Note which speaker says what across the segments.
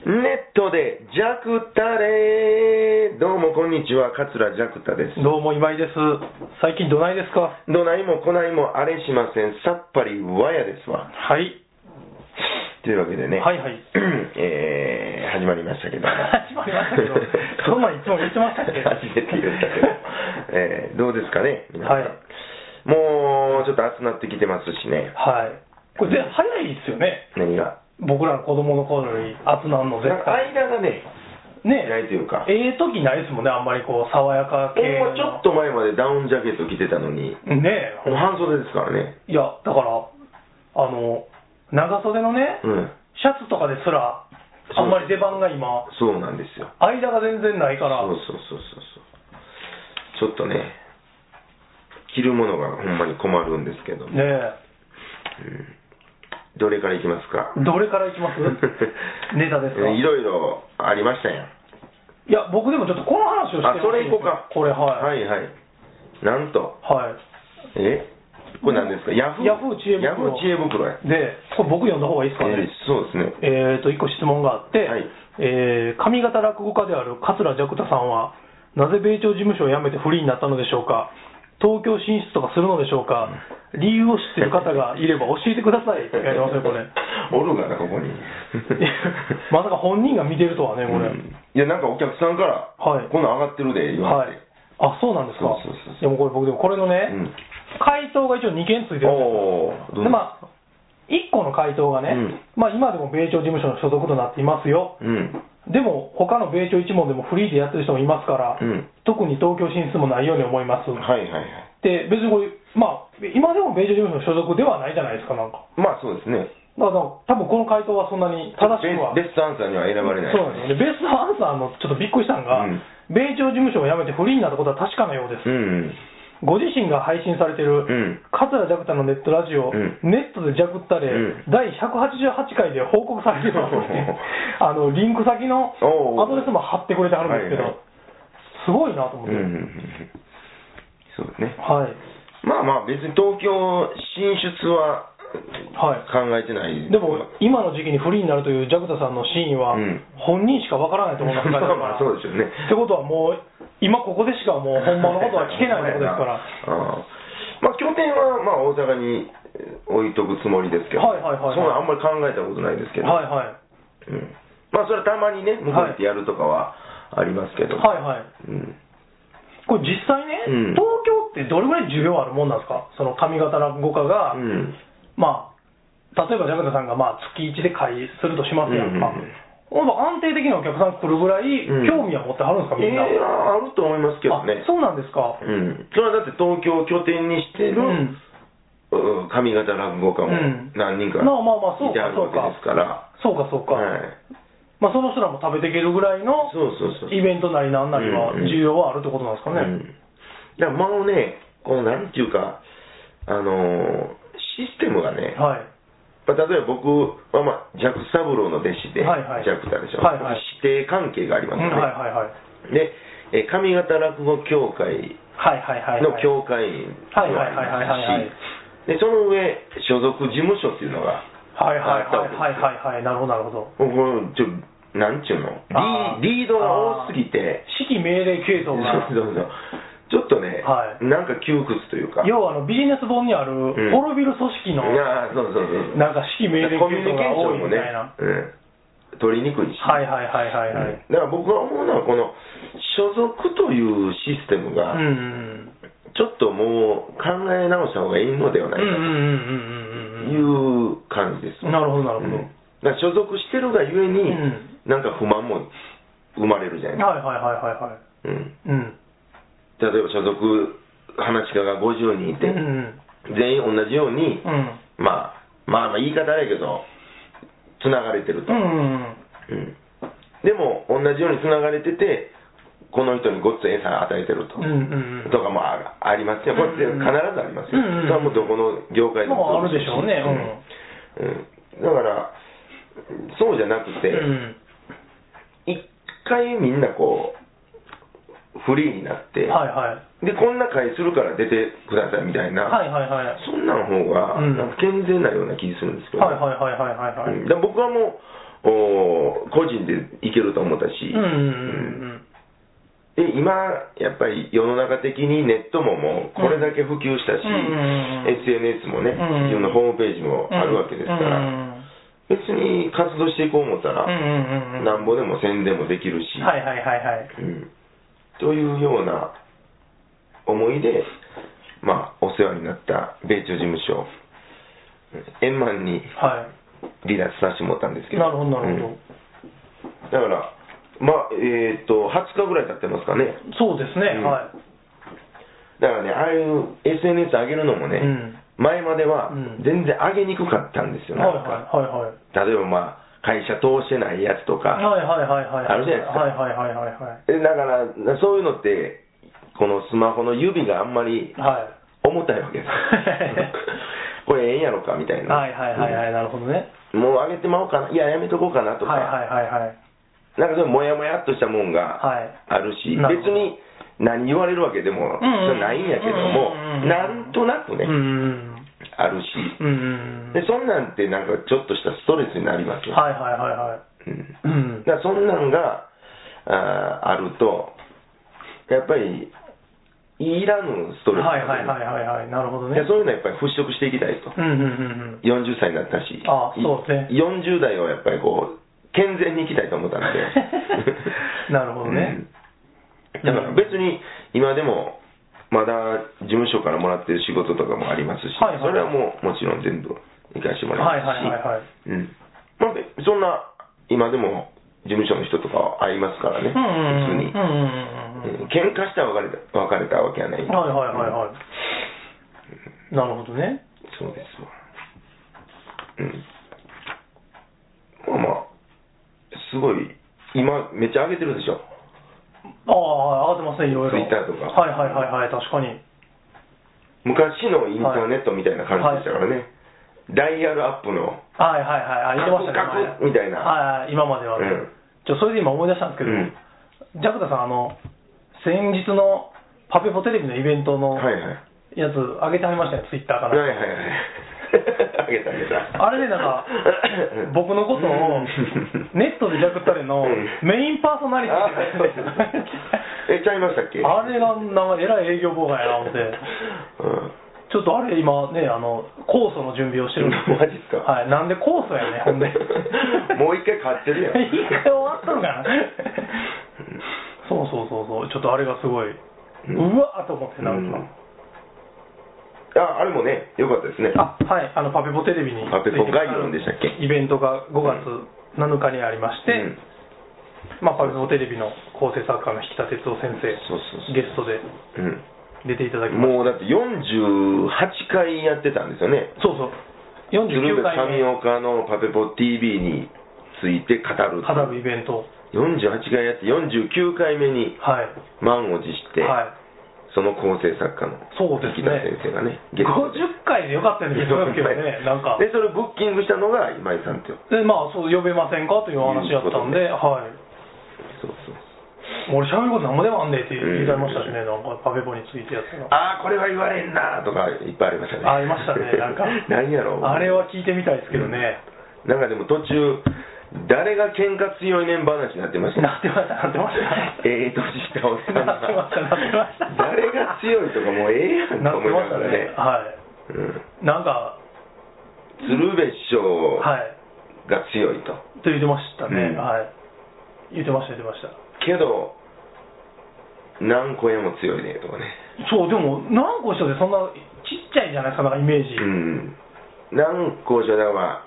Speaker 1: ネットで、ジャクタレどうもこんにちは、桂ジャクタです。
Speaker 2: どうも今井です。最近どないですか
Speaker 1: どないもこないもあれしません、さっぱりわやですわ。
Speaker 2: はい。
Speaker 1: というわけでね、
Speaker 2: はいはい
Speaker 1: えー、始まりましたけど。
Speaker 2: 始まりまし たけどそんなんいつも言ってましたっけ
Speaker 1: 初めて言ったけど、えー、どうですかね、皆さん。
Speaker 2: はい
Speaker 1: もう、ちょっと暑なってきてますしね、
Speaker 2: はい。これで早いですよね。
Speaker 1: 何が。
Speaker 2: 僕らの子供の頃より暑なんの絶
Speaker 1: なんか
Speaker 2: 対。
Speaker 1: 間がね、
Speaker 2: ね
Speaker 1: ないというか
Speaker 2: ええ時ないですもんね、あんまりこう、爽やか系
Speaker 1: ほん
Speaker 2: の。
Speaker 1: まちょっと前までダウンジャケット着てたのに、
Speaker 2: ね
Speaker 1: もう半袖ですからね。
Speaker 2: え。いや、だから、あの、長袖のね、
Speaker 1: うん。
Speaker 2: シャツとかですら、あんまり出番が今、
Speaker 1: そうなんですよ。
Speaker 2: 間が全然ないから、
Speaker 1: そうそうそうそうそう。ちょっとね、着るものがほんまに困るんですけど、
Speaker 2: ねえ。
Speaker 1: うんどれからいきますか
Speaker 2: どれからいきます ネタですか
Speaker 1: えいろいろありましたやん。
Speaker 2: いや、僕でもちょっとこの話をして
Speaker 1: あ、そ
Speaker 2: ほし
Speaker 1: れ
Speaker 2: いん
Speaker 1: い
Speaker 2: で
Speaker 1: こう
Speaker 2: すよ
Speaker 1: か。
Speaker 2: これ、は
Speaker 1: は
Speaker 2: い。
Speaker 1: いはい。なんと、
Speaker 2: はい。
Speaker 1: えこれ何ですかヤフー
Speaker 2: ヤフー知恵袋
Speaker 1: ヤフー知恵袋や。
Speaker 2: で、これ僕読んだ方がいいですか
Speaker 1: えー
Speaker 2: ね。
Speaker 1: そうですね。
Speaker 2: えっ、と、一個質問があって、
Speaker 1: はい
Speaker 2: えー上方落語家である桂ジャクタさんは、なぜ米朝事務所を辞めてフリーになったのでしょうか東京進出とかするのでしょうか理由を知ってる方がいれば教えてくださ いって書いてますね、これ。。
Speaker 1: おるがな、ここに
Speaker 2: まさか本人が見てるとはね、これ。
Speaker 1: うんいや、なんかお客さんから、
Speaker 2: はい
Speaker 1: こんなん上がってるで、言わ
Speaker 2: は
Speaker 1: れ
Speaker 2: い
Speaker 1: て。。
Speaker 2: あ、そうなんですか。
Speaker 1: そうそうそうそう
Speaker 2: でもこれ僕、でもこれのね、
Speaker 1: うん
Speaker 2: 回答が一応2件ついてるんですよ
Speaker 1: おーどう
Speaker 2: でまあ、1個の回答がね、
Speaker 1: うん
Speaker 2: まあ、今でも米朝事務所の所属となっていますよ、
Speaker 1: うん。
Speaker 2: でも他の米朝一門でもフリーでやってる人もいますから、
Speaker 1: うん
Speaker 2: 特に東京進出もないように思います、
Speaker 1: はいはいはい。
Speaker 2: で別にこれ、まあ、今でも米朝事務所の所属ではないじゃないですか、なんか、
Speaker 1: まあそうですね。
Speaker 2: だから多分この回答はそんなに正しくは。
Speaker 1: ベスベストアンサーには選ばれない。
Speaker 2: そうなんですよでベストアンサーのちょっとびっくりしたのが、
Speaker 1: うん
Speaker 2: 米朝事務所を辞めてフリーになったことは確かなようです、
Speaker 1: うん。
Speaker 2: ご自身が配信されている、
Speaker 1: うん
Speaker 2: 桂ジャクタのネットラジオ、
Speaker 1: うん
Speaker 2: ネットでジャクったれ、
Speaker 1: うん
Speaker 2: 第188回で報告されてますっていう あのリンク先の
Speaker 1: おうおう
Speaker 2: アドレスも貼ってくれてはるんですけど、
Speaker 1: はいはい
Speaker 2: すごいなと思っ
Speaker 1: うんう
Speaker 2: て、
Speaker 1: んうんうん。そうですね。
Speaker 2: はい、
Speaker 1: まあまあ別に東京進出は
Speaker 2: はい
Speaker 1: 考えてない。
Speaker 2: でも、今の時期にフリーになるというジャクタさんの真意は、
Speaker 1: うん
Speaker 2: 本人しかわからないと思いますから
Speaker 1: まあまあそうですよね
Speaker 2: ってことはもう、今ここでしかもう、本物のことは聞けないってことですから。
Speaker 1: ああまあ拠点はまあ大阪に置いとくつもりですけど、
Speaker 2: はいはいはいはい
Speaker 1: そんなあんまり考えたことないですけど、
Speaker 2: はいはい
Speaker 1: うん、まあそれはたまにね、向こう行ってやるとかはありますけど、
Speaker 2: はいはい
Speaker 1: うん、
Speaker 2: これ実際
Speaker 1: うん
Speaker 2: ね、東京ってどれぐらい需要あるもんなんですか、その上方落語家が、
Speaker 1: うん
Speaker 2: まあ、例えばジャクタさんがまあ月1で会するとしますやんか、
Speaker 1: うんうんうん
Speaker 2: ほんと安定的にお客さん来るぐらい、
Speaker 1: うん
Speaker 2: 興味は持ってはるんですか、みんな。
Speaker 1: ええあると思いますけどね
Speaker 2: あ。そうなんですか、
Speaker 1: うん、それはだって東京を拠点にしてる、
Speaker 2: うん
Speaker 1: うん上方落語家も
Speaker 2: うん
Speaker 1: 何人か
Speaker 2: まあまあまあそ
Speaker 1: い
Speaker 2: うか
Speaker 1: てあるわけですから、
Speaker 2: そうかそうか、
Speaker 1: はい、
Speaker 2: まあ、その人らも食べていけるぐらいの
Speaker 1: そうそうそう
Speaker 2: イベントなりなんなりは、
Speaker 1: うんうん
Speaker 2: 需要はあるってことなんです
Speaker 1: う
Speaker 2: かね。
Speaker 1: ん、だからもうねこのなんていうかあのーシステムがね、
Speaker 2: はい
Speaker 1: まあ、例えば僕は、まあ、ジャック三郎の弟子で、
Speaker 2: はいはい
Speaker 1: ジャックタでしょ、
Speaker 2: はいはい
Speaker 1: 指定関係があり
Speaker 2: う
Speaker 1: ます
Speaker 2: んは
Speaker 1: よ
Speaker 2: い
Speaker 1: ね、
Speaker 2: はいはい
Speaker 1: で、えー上方落語協会
Speaker 2: はいはいはいはい
Speaker 1: の協会員ではあり
Speaker 2: はいはいはいはいはいはい
Speaker 1: ますしでその上所属事務所っていうのが
Speaker 2: はいはい
Speaker 1: あったわけですよ
Speaker 2: はいはいはいなるほどなるほど
Speaker 1: もうこのちょなんちゅうの
Speaker 2: あー
Speaker 1: リーリードが多すぎて
Speaker 2: 指揮命令系
Speaker 1: そう
Speaker 2: 統が
Speaker 1: そうそうちょっとね、
Speaker 2: はい
Speaker 1: なんか窮屈というか
Speaker 2: 要はあのビジネス本にある
Speaker 1: ん
Speaker 2: 滅びる組織の、
Speaker 1: いやーそうそうそうそう
Speaker 2: なんか指揮命令
Speaker 1: コミュニケーションもね
Speaker 2: 系統が
Speaker 1: うん、取
Speaker 2: 多いみたいな
Speaker 1: りにくいし、
Speaker 2: はいはいはいはい
Speaker 1: う
Speaker 2: はい、
Speaker 1: んだから僕が思うのはこの所属というシステムが、
Speaker 2: うんうん
Speaker 1: ちょっともう考え直した方がいいのではない
Speaker 2: う
Speaker 1: かと
Speaker 2: んうんうんうんうんうんうん
Speaker 1: いう感じです、
Speaker 2: なるほどなるほど
Speaker 1: うんだから所属してるがゆえに、
Speaker 2: うん
Speaker 1: なんか不満も生まれるじゃないですか、
Speaker 2: はいはいはいはいはい
Speaker 1: うん
Speaker 2: うん
Speaker 1: 例えば所属話し家が50人いて、
Speaker 2: うん
Speaker 1: 全員同じように、
Speaker 2: うん
Speaker 1: まあ、まあまあ言い方あれやけどつながれてると、
Speaker 2: うんうんうん
Speaker 1: うんでも同じようにつながれててこの人にごっつ餌与えてると、
Speaker 2: うんうんうん
Speaker 1: とかもあありますよ、これって必ずありますよ、
Speaker 2: うんうん
Speaker 1: それはもうどこの業界で
Speaker 2: まあ
Speaker 1: も
Speaker 2: あるでしょうね
Speaker 1: うんうんだからそうじゃなくて、
Speaker 2: うん
Speaker 1: 一回みんなこうフリーになって、
Speaker 2: はいはい
Speaker 1: でこんな会するから出てくださいみたいな、
Speaker 2: はいはいはい。
Speaker 1: そんなん方が
Speaker 2: うん
Speaker 1: なんか健全なような気するんですけど、
Speaker 2: はいはいはいはいはいはい。
Speaker 1: うんだから僕はもうお個人でいけると思ったし、
Speaker 2: うんうん
Speaker 1: で今、やっぱり世の中的にネットももうこれだけ普及したし、
Speaker 2: うんうんうんうん
Speaker 1: SNS もね、
Speaker 2: うん
Speaker 1: 自分のホームページも
Speaker 2: うん。
Speaker 1: あるわけですか
Speaker 2: う
Speaker 1: ら、
Speaker 2: ん
Speaker 1: 別に活動していこう思った
Speaker 2: うん
Speaker 1: ら、
Speaker 2: うんうん。
Speaker 1: なんぼでも宣伝もできるし、
Speaker 2: はいはいはいはい。
Speaker 1: うん、というような思いで、まあ、お世話になった米朝事務所、うん円満に
Speaker 2: は
Speaker 1: 離脱させてもらったんですけ
Speaker 2: い。
Speaker 1: ど。
Speaker 2: なるほどなる
Speaker 1: う
Speaker 2: ほ
Speaker 1: んだから、まあ、えっ、と、20日ぐらい経ってますかね。
Speaker 2: ど。そうですね、
Speaker 1: うん
Speaker 2: は
Speaker 1: だからね、ああいう SNS 上げるのも
Speaker 2: い。
Speaker 1: ね、
Speaker 2: うん。
Speaker 1: 前までは
Speaker 2: うん
Speaker 1: 全然上げにくかったんですよ、
Speaker 2: はい
Speaker 1: なんか
Speaker 2: はいはいはい。
Speaker 1: 例えばまあ、会社通してないやつと
Speaker 2: はい
Speaker 1: か、
Speaker 2: はいはいはい。
Speaker 1: あるじゃないですか
Speaker 2: はいはいはいはいはい。
Speaker 1: えだから、そういうのって、このスマホの指があんまり
Speaker 2: はい。
Speaker 1: 重たい わけですこれええんやろかみたいな。
Speaker 2: はいはいはいはい、なるほどね。
Speaker 1: うんもう上げてまおうかな、いや、やめとこうかなとか、
Speaker 2: はいはいはいはい。
Speaker 1: なんかそういうもやもやっとしたもんが、
Speaker 2: はい。
Speaker 1: あるし、
Speaker 2: なる
Speaker 1: 別
Speaker 2: ほど
Speaker 1: に何言われるわけでも
Speaker 2: うんうん
Speaker 1: ないんやけども
Speaker 2: うんうんう、ん
Speaker 1: なんとなくね
Speaker 2: う、ん。
Speaker 1: あるし、
Speaker 2: うん。
Speaker 1: でそんなんってなんかちょっとしたストレスになりますよ。
Speaker 2: はいはいはいはい。
Speaker 1: うん
Speaker 2: うん。
Speaker 1: だからそんなんがあーあると、やっぱり、いらぬストレス
Speaker 2: はいはい
Speaker 1: な
Speaker 2: はいはいはい。なるほど
Speaker 1: の
Speaker 2: ね
Speaker 1: で。そういうのはやっぱり払拭していきたいと。
Speaker 2: うんうんうんうん。
Speaker 1: 40歳になったし、
Speaker 2: あそうね。
Speaker 1: い40代をやっぱりこう、健全にいきたいと思ったんで
Speaker 2: なるほどね
Speaker 1: うん。だから別に今でも、まだ事務所からもらってる仕事とかもありますし、
Speaker 2: はいはい
Speaker 1: それはもうもちろん全部行かしても
Speaker 2: は
Speaker 1: ら
Speaker 2: い
Speaker 1: います
Speaker 2: はい
Speaker 1: し、
Speaker 2: はいはい。
Speaker 1: うんまあ、べそんな今でも事務所の人とかは会いますからね、
Speaker 2: うんうんうん。
Speaker 1: 普通に
Speaker 2: う。んうんうんうん。
Speaker 1: うん喧嘩したら別れた別れたわけはない。
Speaker 2: はいはいはい
Speaker 1: うん
Speaker 2: はい。なるほどね。
Speaker 1: そうですわ。うん。まあまあ、すごい、今、めっちゃ上げてるでしょ。
Speaker 2: ああ、上がってますね、いろいろ。
Speaker 1: Twitter とか
Speaker 2: はいはいはいはい、確かに。
Speaker 1: 昔のインターネットみたいな感じでしたからね。ダイヤルアップの、
Speaker 2: はいはいはい、あ、言ってましたね。
Speaker 1: カクカクみたいな
Speaker 2: はいはい、今まではね。
Speaker 1: うん
Speaker 2: ちょ、それで今思い出したんですけど、
Speaker 1: うん
Speaker 2: ジャクタさん、あの、先日のパペポテレビのイベントの
Speaker 1: はいはい。
Speaker 2: やつ、上げてありましたね、ツイッターか
Speaker 1: はい
Speaker 2: ら。
Speaker 1: はいはい。上げた上げた。、
Speaker 2: あれでなんか 僕のことを、ネットでジャクタレの
Speaker 1: うん
Speaker 2: メインパーソナリティ
Speaker 1: あ
Speaker 2: って書いてたんですよ
Speaker 1: え、ちゃいましたっけ
Speaker 2: あれが、なんか、えらい営業妨害やな、思って。
Speaker 1: うん
Speaker 2: ちょっとあれ今ね、あの、酵素の準備をしてるんですよ
Speaker 1: マジっすか
Speaker 2: はい。なんで酵素やね、ほんで。
Speaker 1: もう一回買ってるやん
Speaker 2: 一 回終わっとるから。そうそうそうそう。ちょっとあれがすごい、うわーと思ってなんか。
Speaker 1: ああれもね、良かったですね。
Speaker 2: あ、はい。あの、パペポテレビに。
Speaker 1: パペポ概論でしたっけ
Speaker 2: イベントが5月7日にありまして、
Speaker 1: うん
Speaker 2: まあ、パペポテレビの構成作家の引田哲夫先生、
Speaker 1: そうそうそう
Speaker 2: ゲストで出ていただきまし
Speaker 1: もうだって48回やってたんですよね。
Speaker 2: た。そうそう。
Speaker 1: 鶴
Speaker 2: 49
Speaker 1: 瓶
Speaker 2: 回
Speaker 1: 神
Speaker 2: 目
Speaker 1: 岡のパペポ TV について語る。
Speaker 2: 語るイベント。
Speaker 1: 48回やって49回目に
Speaker 2: はい。
Speaker 1: 満を持して、
Speaker 2: はい。
Speaker 1: その構成作家の
Speaker 2: そうですね
Speaker 1: 池田先生がね、ゲストで
Speaker 2: 50回でよかったような気がするんですけどね、なんか。
Speaker 1: で、それをブッキングしたのが今井さんっていう。
Speaker 2: で、まあ、そう、呼べませんかというお話やったんで、はい。
Speaker 1: そうそう。
Speaker 2: 俺喋ることなんもでもあんねえって言いたいましたしね、
Speaker 1: う
Speaker 2: なんか、パペポについてやつが。
Speaker 1: ああ、これは言われんなとかいっぱいありましたね。。
Speaker 2: ありましたね、なんか
Speaker 1: 何やろう
Speaker 2: あれは聞いてみたいですけどね。
Speaker 1: なんかでも途中、誰が喧嘩強いねん話になってましたね
Speaker 2: なってました、なってました。
Speaker 1: ええ年したおっさんが
Speaker 2: なってましたなってました
Speaker 1: 誰が強いとかもうええやん
Speaker 2: な
Speaker 1: と
Speaker 2: っ
Speaker 1: 思
Speaker 2: て
Speaker 1: い
Speaker 2: ま
Speaker 1: な
Speaker 2: した
Speaker 1: がら
Speaker 2: ね
Speaker 1: ね。
Speaker 2: はい。
Speaker 1: うん
Speaker 2: なんか、
Speaker 1: 鶴瓶師匠
Speaker 2: はい。
Speaker 1: が強いと、
Speaker 2: と言ってました
Speaker 1: う
Speaker 2: ね、
Speaker 1: ん
Speaker 2: はい。言ってました、言ってました。
Speaker 1: けど何個絵も強いねとかね
Speaker 2: そう、でも、何個一緒でそんな、ちっちゃいじゃないですか、なんかイメージ。
Speaker 1: うん何個じゃだから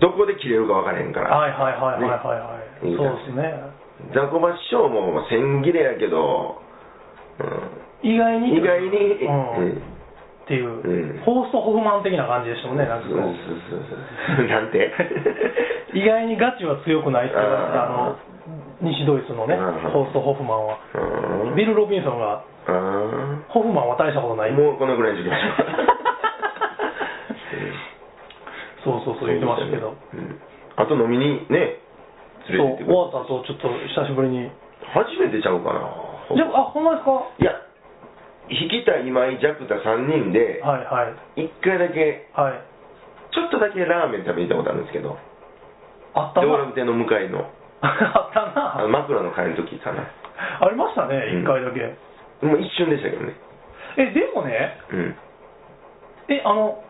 Speaker 1: どこで切れるか分からへんから、
Speaker 2: はいはいはいはいはいはい。
Speaker 1: ね
Speaker 2: そうですね。
Speaker 1: ザコバ師匠も千切れやけど、
Speaker 2: 意外
Speaker 1: うん、
Speaker 2: に。
Speaker 1: 意外に、
Speaker 2: うん
Speaker 1: うん
Speaker 2: っていう、
Speaker 1: うん
Speaker 2: ホースト・ホフマン的な感じでしたもんね、なんか
Speaker 1: そう
Speaker 2: こう
Speaker 1: そうそうそうなんて
Speaker 2: 意外にガチは強くないって言われてた
Speaker 1: あ
Speaker 2: あの、西ドイツのね、
Speaker 1: うん
Speaker 2: ホースト・ホフマンは。
Speaker 1: うん
Speaker 2: ビル・ロビンソンが、
Speaker 1: うん
Speaker 2: ホフマンは大したことない。
Speaker 1: もうこのぐらいにしときましょう。
Speaker 2: そう そうそう言ってましたけど。
Speaker 1: うん。あと飲みにね、
Speaker 2: そう、
Speaker 1: 連れてって
Speaker 2: 終
Speaker 1: くれ
Speaker 2: わった後、ちょっと久しぶりに。
Speaker 1: 初めてちゃうかな。
Speaker 2: じゃあ、あ、ほんまですかはい
Speaker 1: や、引きた今井、ジャクタ3人で、
Speaker 2: いはい。
Speaker 1: 1回だけ、
Speaker 2: はい。
Speaker 1: ちょっとだけラーメン食べに行ったことあるんですけど、
Speaker 2: あった
Speaker 1: で、
Speaker 2: な
Speaker 1: 俺の手の向かいの、
Speaker 2: あった
Speaker 1: あの
Speaker 2: な
Speaker 1: 枕の替えの時かな。
Speaker 2: ありましたね
Speaker 1: うん
Speaker 2: 一回だけ、
Speaker 1: もう一瞬でしたけどね。
Speaker 2: えでもね
Speaker 1: うん。
Speaker 2: えあの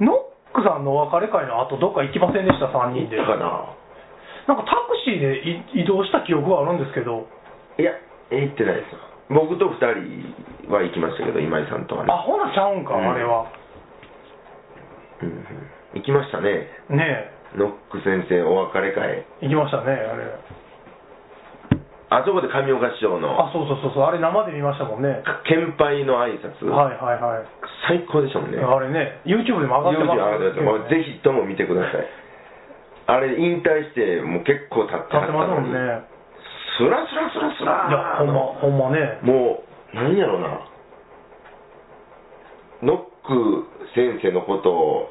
Speaker 2: ノックさんのお別れ会の後どっか行きませんでした3人で
Speaker 1: だから、
Speaker 2: なんかタクシーでい移動した記憶はあるんですけど
Speaker 1: いや、え行ってないですよ。僕と二人は行きましたけど、今井さんとはね。
Speaker 2: アホなちゃうんか、
Speaker 1: うん
Speaker 2: あれは
Speaker 1: うんうん、行きましたね。
Speaker 2: ね
Speaker 1: ノック先生お別れ会。
Speaker 2: え行きましたねあれ
Speaker 1: あそこで上岡師匠の
Speaker 2: あそうそうそうそうあれ生で見ましたもんねはい
Speaker 1: 献杯の挨拶、
Speaker 2: はいはい、
Speaker 1: 最高でしたもんね。
Speaker 2: あれね YouTube でも上がってます
Speaker 1: あ
Speaker 2: けどね
Speaker 1: ぜひとも見てください。あれ、引退して、もう結構経って
Speaker 2: 立
Speaker 1: は
Speaker 2: っ
Speaker 1: ってた
Speaker 2: ますも
Speaker 1: の
Speaker 2: ん
Speaker 1: に
Speaker 2: ねい、
Speaker 1: スラスラスラス
Speaker 2: や
Speaker 1: ラ
Speaker 2: ほんまほんまね
Speaker 1: もう、何やろな、ノック先生のことを、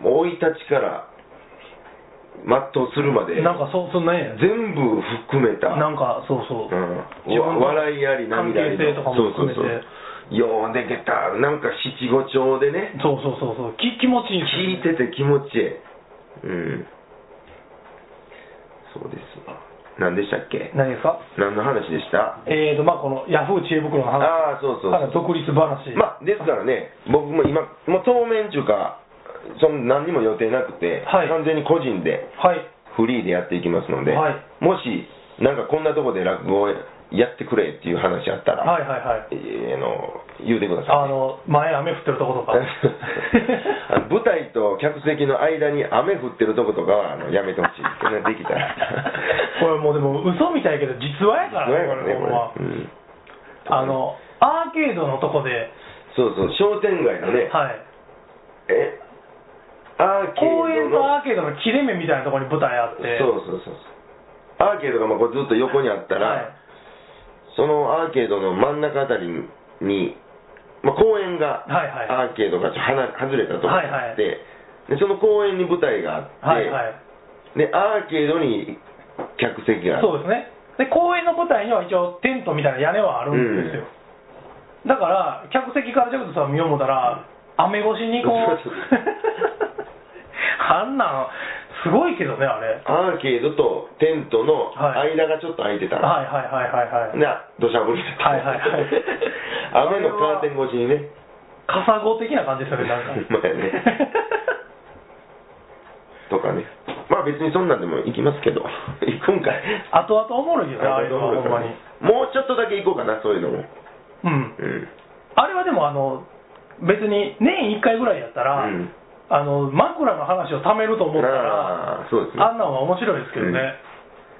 Speaker 1: もう生い立ちから全うするまで、
Speaker 2: なんかそうそんなね
Speaker 1: 全部含めた、
Speaker 2: なんかそうそう、
Speaker 1: うん
Speaker 2: 自分の
Speaker 1: わ笑いあり、
Speaker 2: 関
Speaker 1: 涙あ
Speaker 2: 係
Speaker 1: り
Speaker 2: 性とかも含め
Speaker 1: そ
Speaker 2: て
Speaker 1: うそうそう、ようでけた、なんか七五調でね、
Speaker 2: そうそうそうそうき気持ちい
Speaker 1: 聞
Speaker 2: い
Speaker 1: い
Speaker 2: て
Speaker 1: てて気持ちいい。うん。そうですわ。何でしたっけ
Speaker 2: 何ですか
Speaker 1: 何の話でした
Speaker 2: えーとまあこのヤフー知恵袋の話
Speaker 1: ああ、そうそう
Speaker 2: から独立話
Speaker 1: まあ、ですからね、僕も今、もう当面っていうか、そん何にも予定なくて、
Speaker 2: はい
Speaker 1: 完全に個人で、
Speaker 2: はい
Speaker 1: フリーでやっていきますので、
Speaker 2: はい
Speaker 1: もし、なんかこんなとこで落語をやってくれっていう話あったら、
Speaker 2: はいはいはい
Speaker 1: えーあの言うてください。
Speaker 2: あの前雨降ってる とことか
Speaker 1: あの舞台と客席の間に雨降ってるとことかはあのやめてほしいですね、できたら。
Speaker 2: これもうでも嘘みたいやけど実話やから
Speaker 1: どうやろうね
Speaker 2: こ
Speaker 1: こ
Speaker 2: れ
Speaker 1: れ
Speaker 2: ほんま
Speaker 1: うん
Speaker 2: あのアーケードのとこで、
Speaker 1: そうそう、商店街のね、
Speaker 2: はい、
Speaker 1: えアーケ
Speaker 2: 公
Speaker 1: ー
Speaker 2: 園
Speaker 1: ド
Speaker 2: と
Speaker 1: の。
Speaker 2: アーケードの切れ目みたいなところに舞台あって
Speaker 1: そうそうそうそう。アーケードがまあこうずっと横にあった
Speaker 2: はい
Speaker 1: ら、そのアーケードの真ん中あたりに、まあ、公園が、
Speaker 2: はいはい
Speaker 1: アーケードがちょっと離外れたところにあって、で
Speaker 2: は
Speaker 1: その公園に舞台があって、
Speaker 2: はいはい
Speaker 1: でアーケードに客席があって
Speaker 2: そうですねで公園の舞台には一応テントみたいな屋根はあるんですよ、だから客席からジャクソンさんを見よう思たら雨越しにこう
Speaker 1: そうそう
Speaker 2: あんなんすごいけどねあれ
Speaker 1: アーケードとテントの
Speaker 2: はい
Speaker 1: 間がちょっと空いてたら、
Speaker 2: はいはいはいはいはい
Speaker 1: で土砂降りだった、
Speaker 2: はいはいはい
Speaker 1: 雨のカーテン越しにね、
Speaker 2: 傘子的な感じですよね なんか
Speaker 1: ほんまやねとかね、まあ別にそんなんでも行きますけど、行くんかい。
Speaker 2: 後々おもろいけどねあれはほんまに
Speaker 1: もうちょっとだけ行こうかな、そういうのも。う
Speaker 2: うん
Speaker 1: ん。
Speaker 2: あれはでもあの別に年1回ぐらいやったら、
Speaker 1: うん
Speaker 2: あの枕の話を貯めると思ったら
Speaker 1: あ
Speaker 2: あ
Speaker 1: あ、そうですね。
Speaker 2: んなんは面白いですけどね、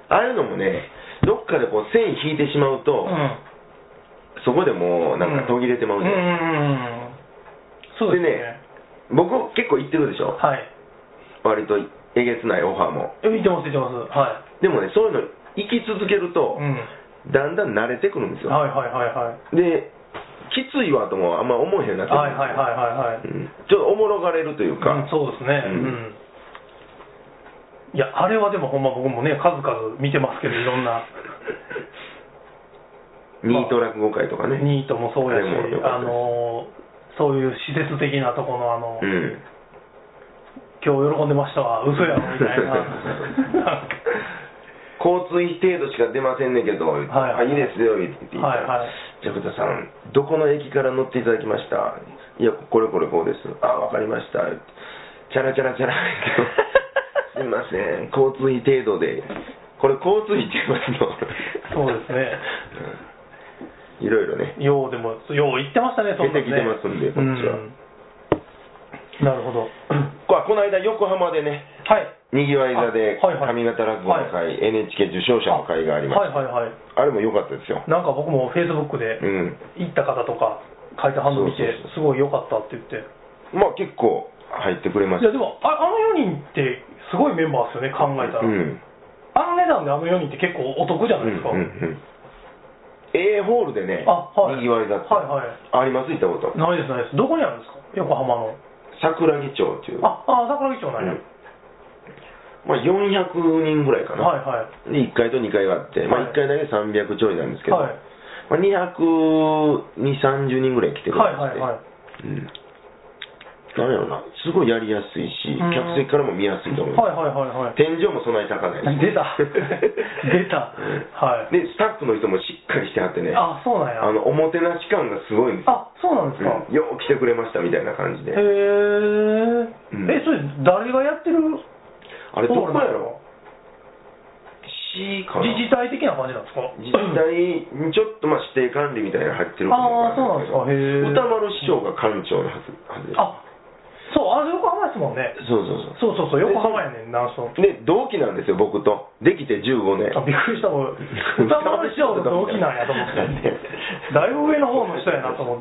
Speaker 1: ああいうのもね、どっかでこう線引いてしまうと、
Speaker 2: うん
Speaker 1: そこでもうなんか途切れてまう
Speaker 2: うん
Speaker 1: じゃ
Speaker 2: うん
Speaker 1: ん
Speaker 2: うんうんそうですね
Speaker 1: で僕結構行ってるでしょ、
Speaker 2: はい
Speaker 1: 割とえげつないオファーも。
Speaker 2: え見てます見てますは
Speaker 1: でもね、そういうの行き続けると
Speaker 2: い、、うん、
Speaker 1: だんだん慣れてくるんですよ。
Speaker 2: はいはいはいはい
Speaker 1: で、きついわともあんま思えへんようになってくる
Speaker 2: はいはいはいはいはい
Speaker 1: うんちょっとおもろがれるというか、
Speaker 2: うんそうですねう
Speaker 1: うんん、
Speaker 2: いやあれはでもほんま僕もね数々見てますけどいろんな
Speaker 1: ニート落語会とかね。
Speaker 2: ニートもそうやし
Speaker 1: あれも良
Speaker 2: あ
Speaker 1: かったです
Speaker 2: のそういう施設的なとこのあの、
Speaker 1: うん。
Speaker 2: 今日喜んでました わ嘘やろみたいななんか
Speaker 1: 交通費程度しか出ませんねんけど、言って
Speaker 2: はいはい
Speaker 1: あいいですよ、言って言ったら、
Speaker 2: はいはい
Speaker 1: じゃあ、さん、どこの駅から乗っていただきましたいや、これこれこうです。あ、わかりました。チャラチャラチャラ。す みません、交通費程度で。これ、交通費って言いますの
Speaker 2: そうですね
Speaker 1: うんいろいろね。
Speaker 2: ようでもよう言ってましたねそんなんね
Speaker 1: 出てきてますんでこっちは
Speaker 2: うんなるほど
Speaker 1: ここの間、横浜でね、
Speaker 2: はい
Speaker 1: にぎわい座で
Speaker 2: あはいはい
Speaker 1: 上方落語の会、NHK 受賞者の会がありました。
Speaker 2: はいはいはい
Speaker 1: あれも良かったですよ。
Speaker 2: なんか僕もフェイスブックで
Speaker 1: うん。
Speaker 2: 行った方とか書いた反応見
Speaker 1: そ
Speaker 2: て
Speaker 1: うそうそう
Speaker 2: すごい良かったって言ってい
Speaker 1: まあ結構入ってくれました。
Speaker 2: やでもああの4人ってすごいメンバーですよね考えたら、
Speaker 1: うん。
Speaker 2: あの値段であの4人って結構お得じゃ
Speaker 1: う
Speaker 2: なんいですか、
Speaker 1: うんうん。A ホールでね、
Speaker 2: あは
Speaker 1: に
Speaker 2: い
Speaker 1: ぎわいだって、
Speaker 2: はいはい
Speaker 1: あります、行ったこと。
Speaker 2: ないですないですどこにあるんですか横浜の
Speaker 1: 桜木町っていう、
Speaker 2: ああ桜木町なんや、
Speaker 1: うんまあ、400人ぐらいかな。
Speaker 2: はいはい
Speaker 1: で、1階と2階があって、まあ、
Speaker 2: はい
Speaker 1: 1階だけ300ちょいなんですけど、
Speaker 2: はい
Speaker 1: まあ、200、230人ぐらい来てくれまして、
Speaker 2: はいはいはい
Speaker 1: うんなんやろな、すごいやりやすいし、
Speaker 2: うん
Speaker 1: 客席からも見やすいと思います。
Speaker 2: はいはいはいはい。
Speaker 1: 天井もそんなに高ないし
Speaker 2: 出た出た
Speaker 1: うん
Speaker 2: はい
Speaker 1: で、スタッフの人もしっかりしてはってね、あ
Speaker 2: あ、そうなんや。
Speaker 1: の、おもてなし感がすごいんですよ。
Speaker 2: あ、そうなんですか。
Speaker 1: うんよう来てくれましたみたいな感じで
Speaker 2: へ。え。
Speaker 1: うん
Speaker 2: え、それ誰がやってる
Speaker 1: あれ、どこやろ市かな
Speaker 2: 自治体的な感じなんですか
Speaker 1: 自治体にちょっとまあ指定管理みたいなの入ってるかもわ
Speaker 2: あーそうなんですかへー
Speaker 1: 歌丸師匠が館長のはずはずです。
Speaker 2: あ、そう、あれ横浜ですもんね。
Speaker 1: そうそうそう。
Speaker 2: そうそうそう、横浜やねんな、そう。
Speaker 1: で、同期なんですよ、僕と。できて15年。
Speaker 2: あびっくりした、俺、歌丸師匠と同期なんやと思って
Speaker 1: なん で、
Speaker 2: だいぶ上の方の人やなと思っ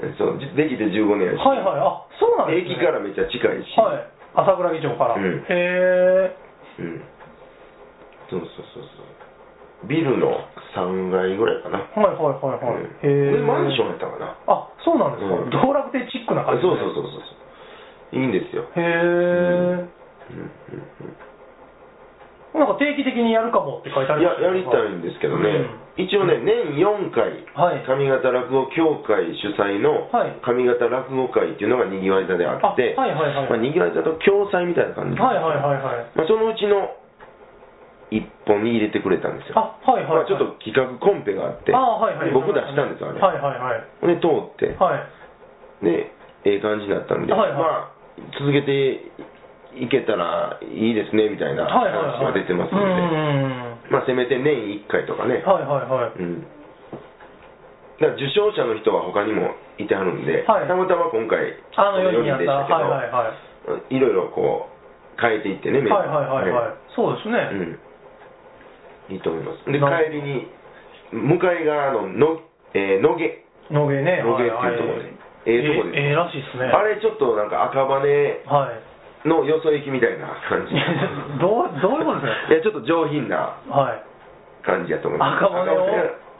Speaker 2: て、は
Speaker 1: そう、じできて15年やし。
Speaker 2: いはい、あそうなんです、ね、
Speaker 1: 駅からめっちゃ近いし。
Speaker 2: はい、朝倉議長から、
Speaker 1: うん
Speaker 2: へえ、
Speaker 1: うん。そうそうそうそう。ビルの3階ぐらいかな。
Speaker 2: はいはいはいはい、
Speaker 1: うん
Speaker 2: へえ、
Speaker 1: で、マンションやったかな。
Speaker 2: あそうなんですか、
Speaker 1: うん
Speaker 2: 道楽亭チックな
Speaker 1: あ
Speaker 2: 感じ
Speaker 1: そう
Speaker 2: う
Speaker 1: そうそうそうそう。いいんですよ。
Speaker 2: へえ、
Speaker 1: うんうんうん
Speaker 2: なんか定期的にやるかもって書いてあ
Speaker 1: い
Speaker 2: り
Speaker 1: や
Speaker 2: ました
Speaker 1: やりたいんですけどね、
Speaker 2: うん
Speaker 1: 一応ね、年4回、
Speaker 2: はい
Speaker 1: 上方落語協会主催の
Speaker 2: はい
Speaker 1: 上方落語会っていうのがにぎわい座であって、
Speaker 2: あはいはいはい
Speaker 1: まあ、にぎわい座と共催みたいな感じで、
Speaker 2: はいはいはいはい
Speaker 1: まあ、そのうちの1本に入れてくれたんですよ、
Speaker 2: あはい
Speaker 1: ま
Speaker 2: はい、
Speaker 1: あ、ちょっと企画コンペがあって、
Speaker 2: あはいはい、
Speaker 1: 僕出したんですよ、あれ、
Speaker 2: はいはいはい
Speaker 1: で通って、
Speaker 2: はい
Speaker 1: でええ感じになったんで、
Speaker 2: はいはい
Speaker 1: まあ、続けていけたらいいですねみたいな
Speaker 2: はいはい
Speaker 1: 話
Speaker 2: は
Speaker 1: が
Speaker 2: い
Speaker 1: 出てます
Speaker 2: うん
Speaker 1: の
Speaker 2: う
Speaker 1: で。
Speaker 2: んうん
Speaker 1: まあ、せめて年1回とかね、
Speaker 2: はいはいはい
Speaker 1: うん、だから受賞者の人は他にもいてはるんで、
Speaker 2: はい
Speaker 1: たまたま今回、
Speaker 2: あの4人や
Speaker 1: こ
Speaker 2: った。
Speaker 1: の
Speaker 2: はいはい
Speaker 1: 4
Speaker 2: はい。
Speaker 1: 人でしたけど、いろいろこう、変えていってね、メンバー
Speaker 2: はいはいはいはい。そうです
Speaker 1: はい
Speaker 2: ね。
Speaker 1: うん、いいと思います。で、
Speaker 2: な
Speaker 1: 帰りに、向かい側のの、えー、野毛、
Speaker 2: 野毛ね。
Speaker 1: 野毛っていうところで、ええとこです、
Speaker 2: ええええらしいですね。
Speaker 1: あれちょっとなんか赤羽
Speaker 2: はい。
Speaker 1: のよそ行きみたいな感じ。
Speaker 2: いやどうどういうことですか
Speaker 1: いや、ちょっと上品な。
Speaker 2: はい。
Speaker 1: 感じやと思います。
Speaker 2: 赤羽を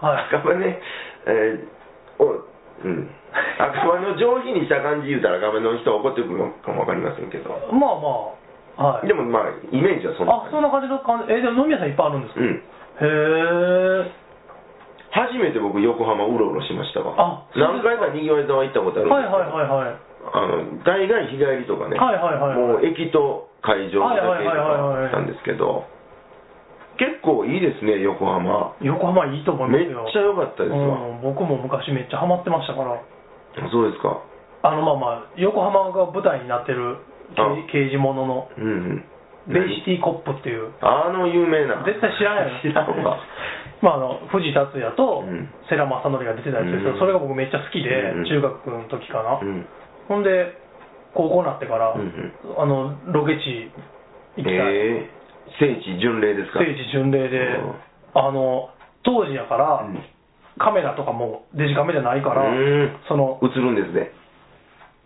Speaker 2: はい
Speaker 1: 赤羽、えーを、 うん。赤羽の上品にした感じ言うたら赤羽の人は怒ってくるのかもわかりませんけど。
Speaker 2: まあまあ。はい。
Speaker 1: でもまあ、イメージはそんな
Speaker 2: あ、
Speaker 1: 感
Speaker 2: そん
Speaker 1: じ。
Speaker 2: な感じの感じ。え、でも飲み屋さんいっぱいあるんですか
Speaker 1: うん。
Speaker 2: へえ。
Speaker 1: 初めて僕横浜うろうろしましたわ。
Speaker 2: あそうです
Speaker 1: 何
Speaker 2: か
Speaker 1: 回かにぎわい沢行ったことあるん
Speaker 2: はい
Speaker 1: ですけど
Speaker 2: はいはいはい。
Speaker 1: あの、大概日帰りとかね。
Speaker 2: はいはいはい
Speaker 1: もう駅と会場だけと
Speaker 2: はいはいはいはいはい
Speaker 1: かなんですけど、結構いいですね、横浜。
Speaker 2: 横浜いいと思いま
Speaker 1: めっ
Speaker 2: すよ。
Speaker 1: ちゃ良かったですわ。
Speaker 2: うん、僕も昔めっちゃハマってましたから。
Speaker 1: そうですか。
Speaker 2: あのまあまあ、横浜が舞台になってる
Speaker 1: あ
Speaker 2: 刑事ものの、
Speaker 1: うんうん。
Speaker 2: ベイシティコップっていう。
Speaker 1: あの有名な。
Speaker 2: 絶対知らんやろ
Speaker 1: 知らんわ。
Speaker 2: まあ、あの藤井達也
Speaker 1: う
Speaker 2: と
Speaker 1: ん
Speaker 2: 世良正則が出てたやつで
Speaker 1: う
Speaker 2: すけど、
Speaker 1: ん
Speaker 2: それが僕めっちゃ好きで、
Speaker 1: うん
Speaker 2: 中学の時か
Speaker 1: う
Speaker 2: な、
Speaker 1: ん。
Speaker 2: ほんで高校になってから、
Speaker 1: うんうん
Speaker 2: あのロケ地行きたい、
Speaker 1: えー、聖地巡礼ですか
Speaker 2: 聖地巡礼で、
Speaker 1: うん
Speaker 2: あの当時やから、
Speaker 1: うん
Speaker 2: カメラとかもデジカメじゃないから、
Speaker 1: うん
Speaker 2: その
Speaker 1: 映るんですね。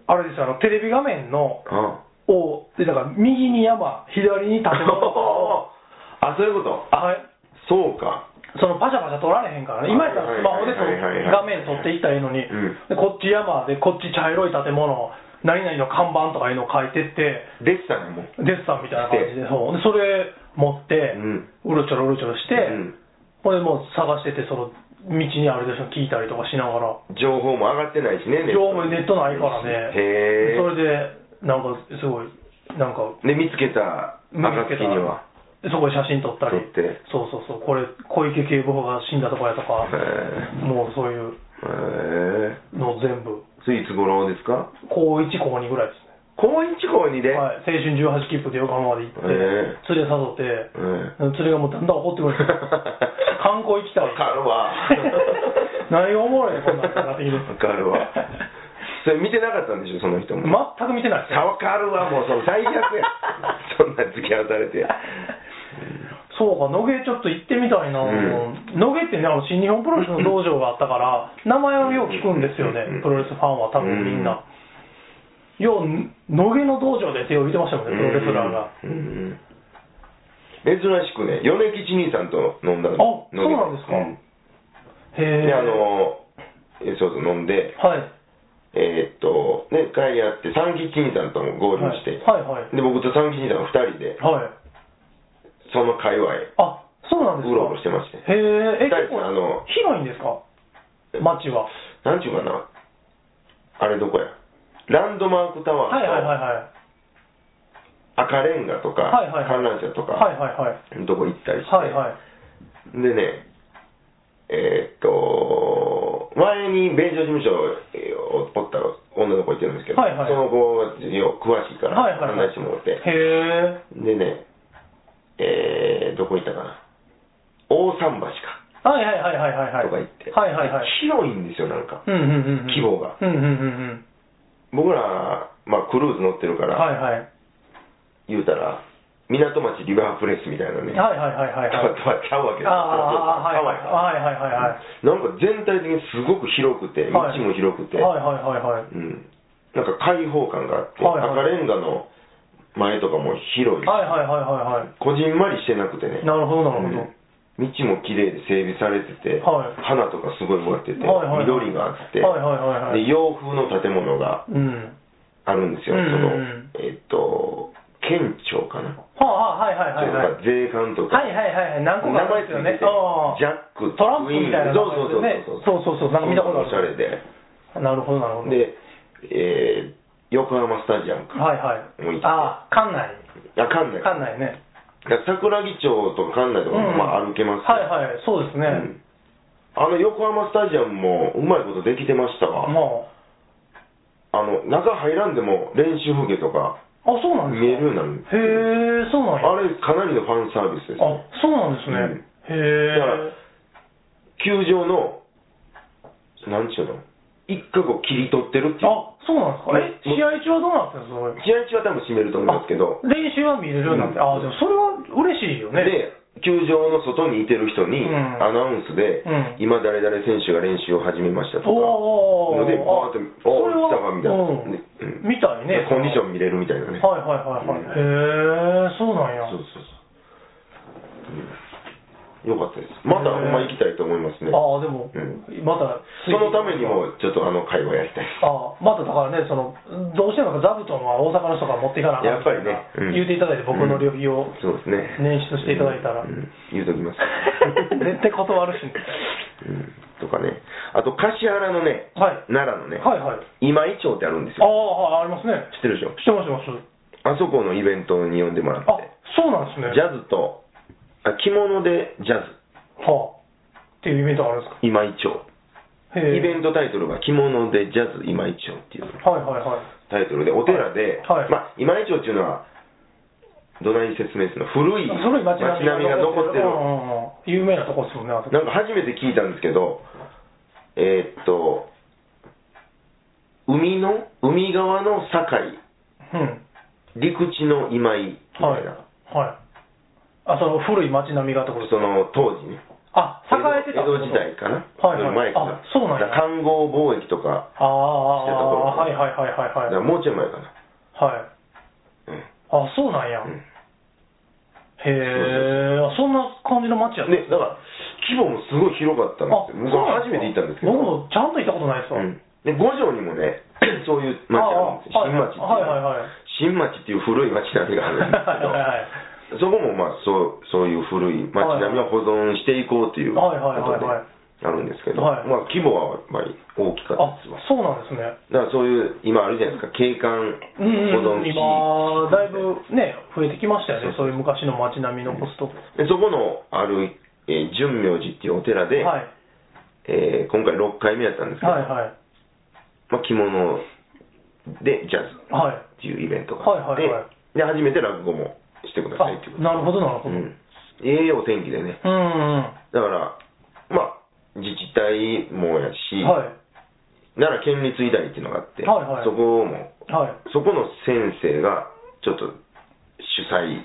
Speaker 2: あれですよあのテレビ画面の
Speaker 1: あ
Speaker 2: をでだから右に山左に建 物
Speaker 1: あ、そういうこと。
Speaker 2: はい
Speaker 1: そうか。
Speaker 2: そのパシャパシャ撮られへんからね、今やったらスマホで撮
Speaker 1: はいはいはいはい
Speaker 2: 画面撮っていったらいいのに、
Speaker 1: うん
Speaker 2: でこっち山で、こっち茶色い建物、何々の看板とかいうのを書いてって、
Speaker 1: でしたね、もう。
Speaker 2: デッサンみたいな感じで、そうでそれ持って、
Speaker 1: うん
Speaker 2: うろちょろうろちょろして、
Speaker 1: うん
Speaker 2: これもう探してて、その道にあるでしょ、聞いたりとかしながら、
Speaker 1: 情報も上がってないしね、ネット
Speaker 2: 情報ネットないからね、
Speaker 1: へ
Speaker 2: それで、なんかすごい、なんか、
Speaker 1: え。で、見つけた暁には。
Speaker 2: そこで写真撮ったり
Speaker 1: 撮って、
Speaker 2: そうそうそう、これ、小池警部補が死んだとかやとか
Speaker 1: へ、え
Speaker 2: もうそういう。
Speaker 1: へえ。
Speaker 2: の全部、
Speaker 1: スイーツ五郎ですか
Speaker 2: 高1、高2ぐらいです
Speaker 1: 高一高二で、
Speaker 2: ね、はい、青春18切符で横浜まで行って、
Speaker 1: へえ
Speaker 2: 連れ誘って、
Speaker 1: うん。
Speaker 2: 連れがもうだんだん怒ってくるんですよ 観光行きたい
Speaker 1: わかるわ
Speaker 2: 何がおもろいねんこんなんってなってきて
Speaker 1: わかるわそれ見てなかったんでしょその人も
Speaker 2: 全く見てないです
Speaker 1: さわかるわもうその最 悪やそんな付き合わされて
Speaker 2: そうか野毛ちょっと行ってみたいな、
Speaker 1: うん
Speaker 2: 野毛ってねあの新日本プロレスの道場があったから名前をよう聞くんです
Speaker 1: う
Speaker 2: よ
Speaker 1: ん
Speaker 2: ねプロレスファンは多分みんな、よう野毛の道場で手を入れてましたもんねプロレスラーが、
Speaker 1: うんうん珍しくね米吉兄さんと飲んだ
Speaker 2: あ
Speaker 1: の
Speaker 2: そうなんですか、
Speaker 1: うん
Speaker 2: へえ
Speaker 1: であのえそうそう飲んで
Speaker 2: はい
Speaker 1: えーっとね帰り合って三吉兄さんとも合流して、
Speaker 2: はいはいはい
Speaker 1: で僕と三吉兄さんの2人で
Speaker 2: はい
Speaker 1: その界隈
Speaker 2: あ、そうなんですか。
Speaker 1: うろうろしてまして
Speaker 2: へえ、え、
Speaker 1: 大地
Speaker 2: 結
Speaker 1: さんあ
Speaker 2: 構
Speaker 1: の
Speaker 2: 広いんですか、町は。
Speaker 1: なんちゅうかなあれどこやランドマークタワ
Speaker 2: はいはいはい
Speaker 1: ーと
Speaker 2: はい。
Speaker 1: 赤レンガとか
Speaker 2: はいはいはい
Speaker 1: 観覧車と
Speaker 2: は
Speaker 1: か
Speaker 2: いはいはい。
Speaker 1: のとこ行ったりして、
Speaker 2: はいはい。
Speaker 1: でね、えーっと、前に米朝事務所をおった女の子いてるんですけど、
Speaker 2: はいは
Speaker 1: そ
Speaker 2: い
Speaker 1: の子はよ詳しいから
Speaker 2: はいはいはい
Speaker 1: 話もって、
Speaker 2: へえ。
Speaker 1: でね、えー、どこ行ったかな、大桟橋か、
Speaker 2: はいはいはいはいはいはい。
Speaker 1: とか行って、
Speaker 2: はいはいはい。
Speaker 1: 広いんですよ、なんか。
Speaker 2: うんうんうんうん。
Speaker 1: 規模が
Speaker 2: うんうんうん
Speaker 1: 僕ら、まあ、クルーズ乗ってるか
Speaker 2: うん。
Speaker 1: ら、
Speaker 2: はいはい。
Speaker 1: 言うたら、港町リバープレイスみたいなね、
Speaker 2: はいはいは いはい
Speaker 1: と
Speaker 2: は
Speaker 1: は
Speaker 2: い。
Speaker 1: ちゃうわけですよ、
Speaker 2: ああ、はい
Speaker 1: ハ
Speaker 2: は
Speaker 1: ワイ
Speaker 2: い
Speaker 1: から
Speaker 2: はいはいはいはい。
Speaker 1: なんか全体的にすごく広くて、道
Speaker 2: はい
Speaker 1: も広くて、
Speaker 2: はいはいはいはい。
Speaker 1: うん、なんか開放感があって、
Speaker 2: はいはい
Speaker 1: 赤レンガの前とかも広いし、
Speaker 2: はいはいはいはいはい。
Speaker 1: こじんまりしてなくてね、
Speaker 2: なるほどなるほど。
Speaker 1: うん道も綺麗で整備されてて、
Speaker 2: はい
Speaker 1: 花とかすごい植えてて、
Speaker 2: はいはいはい
Speaker 1: 緑があって、
Speaker 2: はいはいはいはい
Speaker 1: で洋風の建物が
Speaker 2: うん。
Speaker 1: あるんですよ、
Speaker 2: うん
Speaker 1: そのえっと県庁かな、
Speaker 2: はあ、はいはいはいはい。
Speaker 1: それとか税関とか、
Speaker 2: はいはいはいはい。何個かあるん
Speaker 1: 名前ついて
Speaker 2: ですよね。
Speaker 1: て
Speaker 2: ああ
Speaker 1: ジャック
Speaker 2: トランプみたいな
Speaker 1: そうそうそう
Speaker 2: 名前ですよね
Speaker 1: そう
Speaker 2: そうそうそうなんか見たことあ
Speaker 1: お
Speaker 2: る
Speaker 1: しゃれで
Speaker 2: なるほどなるほど。
Speaker 1: で、えー横浜スタジアムか、
Speaker 2: はいはい
Speaker 1: もう一。個
Speaker 2: ああ、館内。
Speaker 1: あ館内
Speaker 2: 館内ね。
Speaker 1: だから桜木町とか館内とかも、まあ、歩けます
Speaker 2: は
Speaker 1: い
Speaker 2: いはい、そうですね。
Speaker 1: あの横浜スタジアムもうまいことできてましたわ、
Speaker 2: も
Speaker 1: あの中入らんでも練習風景とか
Speaker 2: う、あ、そうなんですか
Speaker 1: 見えるようになる
Speaker 2: へえ、そうなんや。
Speaker 1: あれかなりのファンサービスです
Speaker 2: あ、そうなんですね。
Speaker 1: だから
Speaker 2: へえ。
Speaker 1: 球場のなんちゅうの一角を切り取ってるっていう
Speaker 2: あ、そうなんですか。え、試合中はどうなってるんです
Speaker 1: 試合
Speaker 2: かそれ
Speaker 1: 中は多分閉めると思いますけど
Speaker 2: 練習は見れるようになっ
Speaker 1: う
Speaker 2: て、
Speaker 1: ん
Speaker 2: あでもそれは嬉しいよね。
Speaker 1: で、球場の外にいてる人に、
Speaker 2: うん
Speaker 1: アナウンスで、
Speaker 2: うん
Speaker 1: 今、誰々選手が練習を始めましたとか、
Speaker 2: お
Speaker 1: の
Speaker 2: ー
Speaker 1: で、バーって、お
Speaker 2: それ
Speaker 1: 来た
Speaker 2: は
Speaker 1: わみたいな、
Speaker 2: うん
Speaker 1: ねうん
Speaker 2: みたいね
Speaker 1: コンディション見れるみたいなね、
Speaker 2: はいはいはいはい。へえ、そうなんや。
Speaker 1: そうそうそう、うん、よかったです、また、ほ
Speaker 2: へー
Speaker 1: んま行きたいと思いますね、
Speaker 2: ああ、でも、
Speaker 1: うん
Speaker 2: また、
Speaker 1: そのために。も、ちょっとあの会話やりたいです。
Speaker 2: ああまただからね、そのどうしても座布団は大阪の人から持っていかなあかん
Speaker 1: やっぱりね、うん
Speaker 2: 言うていただいて、僕の旅費を、
Speaker 1: うんそうですね
Speaker 2: 捻出していただいたら
Speaker 1: うんうん言うときます
Speaker 2: 絶対断るしね
Speaker 1: うんとかねあと橿原のね、
Speaker 2: はい
Speaker 1: 奈良のね、
Speaker 2: はいはい、
Speaker 1: 今井町ってあるんです
Speaker 2: あ
Speaker 1: よ
Speaker 2: あ、はいありますね、
Speaker 1: 知ってるでしょ
Speaker 2: してます、してます、
Speaker 1: あそこのイベントに呼んでもらって
Speaker 2: あ、そうなんですね、
Speaker 1: ジャズと、あ着物でジャズ、
Speaker 2: はあ、っていうイベントがあるんですか、
Speaker 1: 今井町。
Speaker 2: へえ
Speaker 1: イベントタイトルが着物でジャズ今井町っていう
Speaker 2: はいはいはい、
Speaker 1: タイトルで、お寺で、
Speaker 2: はいはい
Speaker 1: まあ、今井町っていうのは、どない説明するの古い町
Speaker 2: 古い町並み
Speaker 1: 並みが残ってる
Speaker 2: う。んうんうん有名なとこですもんね、あそこ
Speaker 1: なんか初めて聞いたんですけど、えーっと、海の、海側の堺、
Speaker 2: うん
Speaker 1: 陸地の今井みた
Speaker 2: はいい、
Speaker 1: な、
Speaker 2: はい、あその古い町並みがってことです
Speaker 1: その当時ね。
Speaker 2: あ栄えてた
Speaker 1: 江戸時代かな、
Speaker 2: はいはい
Speaker 1: 前から
Speaker 2: あそうなんや
Speaker 1: だから環合貿易とか、し
Speaker 2: ああ
Speaker 1: てた頃
Speaker 2: はいはいはいはい
Speaker 1: だか
Speaker 2: は
Speaker 1: ら
Speaker 2: い
Speaker 1: もうちょい前かな、
Speaker 2: はい
Speaker 1: うん
Speaker 2: あそうなんや、
Speaker 1: うん
Speaker 2: へえあそんな感じの町やった
Speaker 1: でだから規模もすごい広かったん
Speaker 2: あ
Speaker 1: ですよ、僕は初めて行ったんですけど、
Speaker 2: 僕もちゃんと行ったことないですわ、
Speaker 1: うんで五条にも ね、そういう町があるんですよ、
Speaker 2: ああ
Speaker 1: 新町っていう、
Speaker 2: はいはい
Speaker 1: 新町っていう古
Speaker 2: はい
Speaker 1: い町並みがあるんですけ ど、そこもまあそうそういう古い町並みを保存していこうというこ
Speaker 2: は
Speaker 1: と
Speaker 2: いはいはい
Speaker 1: で
Speaker 2: はい
Speaker 1: あるんですけど、
Speaker 2: はい
Speaker 1: まあ、規模はやっぱり大きかった
Speaker 2: あ
Speaker 1: ですわ。
Speaker 2: そうなんですね
Speaker 1: だからそういう、今あるじゃないですか、景観
Speaker 2: う
Speaker 1: 保
Speaker 2: ん
Speaker 1: 存
Speaker 2: うん
Speaker 1: 地
Speaker 2: 今だいぶね増えてきましたよね
Speaker 1: そ
Speaker 2: そ
Speaker 1: そう
Speaker 2: ういう昔の町並み残すと、
Speaker 1: でそこのある、えー純明寺っていうお寺で、
Speaker 2: はい
Speaker 1: えー今回6回目やったんですけど、
Speaker 2: はいはい
Speaker 1: まあ、着物でジャズ
Speaker 2: はい
Speaker 1: っていうイベントがあって、
Speaker 2: はいはいは
Speaker 1: で初めて落語もしてくださいっていう
Speaker 2: あなるほどなるほど、
Speaker 1: うん、ええお天気でね
Speaker 2: うんうんは
Speaker 1: だからまあ自治体もやし
Speaker 2: い、は
Speaker 1: 奈良県立医大っていうのがあって、
Speaker 2: はいはい
Speaker 1: そこも
Speaker 2: い
Speaker 1: そこの先生がちょっと主催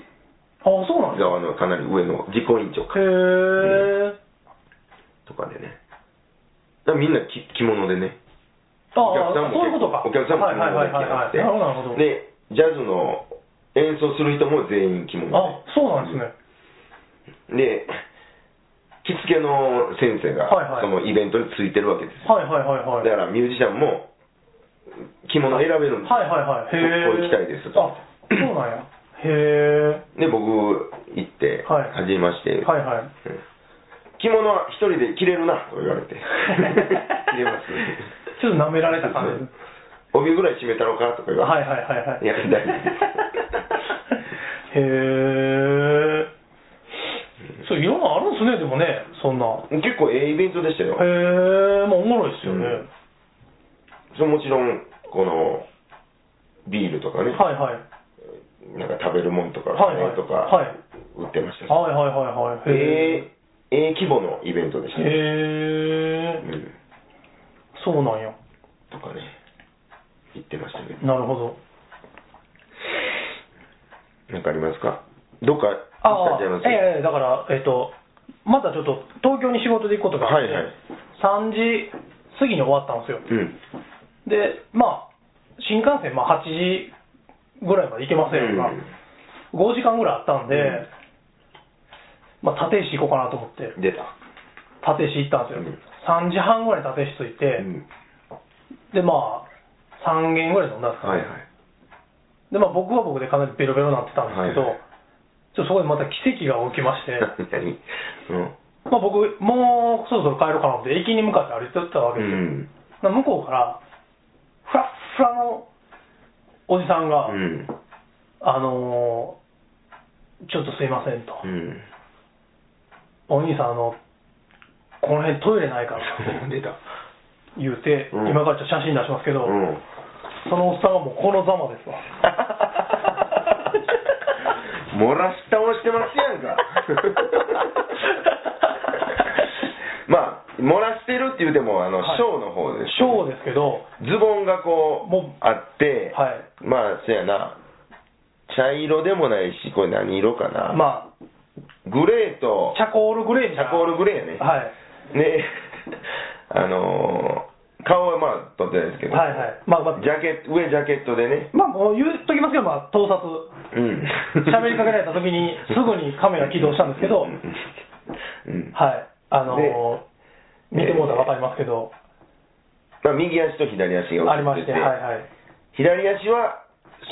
Speaker 2: あそうなんですか
Speaker 1: 側のかなり上の実行委員長か
Speaker 2: へえ、
Speaker 1: とかでねだからみんなき着物でね
Speaker 2: あ
Speaker 1: お客さんも
Speaker 2: そういうことか
Speaker 1: お客さんも
Speaker 2: はい
Speaker 1: 着
Speaker 2: はい
Speaker 1: 物
Speaker 2: は
Speaker 1: で
Speaker 2: いはいはい
Speaker 1: 着
Speaker 2: なるほどなる
Speaker 1: て
Speaker 2: ほど
Speaker 1: でジャズの演奏する人も全員着物
Speaker 2: あそうなんですね、
Speaker 1: でで着付けの先生が
Speaker 2: はいはい
Speaker 1: そのイベントについてるわけですよ、
Speaker 2: はいはいはいはい
Speaker 1: だからミュージシャンも着物選べるんですよ
Speaker 2: はいはいはいへえ
Speaker 1: ここ行きたいですと
Speaker 2: あそうなんやへえ
Speaker 1: で僕行って
Speaker 2: はい
Speaker 1: 初めまして、
Speaker 2: はい
Speaker 1: う
Speaker 2: はい
Speaker 1: ん着物は一 人で着れるなと言われて着れます
Speaker 2: ちょっと舐められた感じ
Speaker 1: 帯ぐらい締めたのかとか言わ
Speaker 2: は
Speaker 1: れて、
Speaker 2: いはいはいはい。
Speaker 1: いや大丈夫
Speaker 2: へえ。そう、いろんなのあるんですね、でもね、そんな。へ
Speaker 1: 結構ええイベントでしたよ。
Speaker 2: え、まあおもろいですよね。
Speaker 1: うんそれもちろん、この、ビールとかね、
Speaker 2: はいはい。
Speaker 1: なんか食べるもんとか、
Speaker 2: はいはい
Speaker 1: カレーと
Speaker 2: は
Speaker 1: か
Speaker 2: い、
Speaker 1: 売ってましたし、
Speaker 2: はいはいはいはい。
Speaker 1: ええ、ええ規模のイベントでしたね。
Speaker 2: へ
Speaker 1: う
Speaker 2: え。
Speaker 1: ん。
Speaker 2: そうなんや。
Speaker 1: とかね、行ってましたね。
Speaker 2: なるほど。
Speaker 1: なんかありますかどっか行った
Speaker 2: あ
Speaker 1: んちゃいます
Speaker 2: あ、ええだから、えっ、と、またちょっと東京に仕事で行くことがあって、
Speaker 1: はいはい
Speaker 2: 3時過ぎに終わったんですよ。
Speaker 1: うん。
Speaker 2: で、まあ、新幹線、まあ、8時ぐらいまで行けませんが、5時間ぐらいあったんで、
Speaker 1: うん
Speaker 2: まあ、立石行こうかなと思って、
Speaker 1: 出た。
Speaker 2: 立石行ったんですよ。
Speaker 1: うん
Speaker 2: 3時半ぐらいに立石着いて、
Speaker 1: うん。
Speaker 2: で、まあ、3軒ぐらい飲んだんですか
Speaker 1: はい
Speaker 2: ね、
Speaker 1: はい。
Speaker 2: で、まあ、僕は僕でかなりベロベロになってたんですけど、
Speaker 1: はいはい、
Speaker 2: ちょっとそこでまた奇跡が起きまして
Speaker 1: 何 うん。
Speaker 2: まあ僕、もうそろそろ帰ろうかなって、駅に向かって歩いてったわ
Speaker 1: う
Speaker 2: けですよ。
Speaker 1: ん。
Speaker 2: まあ向こうから、ふらっふらのおじさんが、
Speaker 1: うん。
Speaker 2: あのーちょっとすいませんと、
Speaker 1: うん。
Speaker 2: お兄さん、あの、この辺トイレないから
Speaker 1: 出た。
Speaker 2: 言うて、
Speaker 1: うん
Speaker 2: 今からちょっと写真出しますけど、
Speaker 1: うん。
Speaker 2: そのおっさんはもうこのざまですわ。
Speaker 1: 漏らし倒してますやん か。まあ、漏らしてるって言うても、あの、
Speaker 2: はい
Speaker 1: ショーの方です、
Speaker 2: ショーですけど、
Speaker 1: ズボンがこう、
Speaker 2: も
Speaker 1: あって、
Speaker 2: はい
Speaker 1: まあ、そやな、茶色でもないし、これ何色かな。
Speaker 2: まあ、
Speaker 1: グレーと
Speaker 2: チ、ャコールグレー
Speaker 1: チ
Speaker 2: みたいな。
Speaker 1: ャコールグレーね。
Speaker 2: はい。
Speaker 1: ね、 あのー顔はまあ、撮ってないですけど、
Speaker 2: はいはい。まあ、まあ
Speaker 1: ジ、ャケット、上ジャケットでね、
Speaker 2: まあ、もう言っときますけど、まあ、盗撮。
Speaker 1: うん。
Speaker 2: 喋りかけられた時にすぐにカメラ起動したんですけど
Speaker 1: うんうん。
Speaker 2: はい。あのー
Speaker 1: で
Speaker 2: 見てもうたらわかりますけど、
Speaker 1: まあ、右足と左足が
Speaker 2: ありま
Speaker 1: 映
Speaker 2: し、
Speaker 1: っててて、
Speaker 2: はいはい。
Speaker 1: 左足は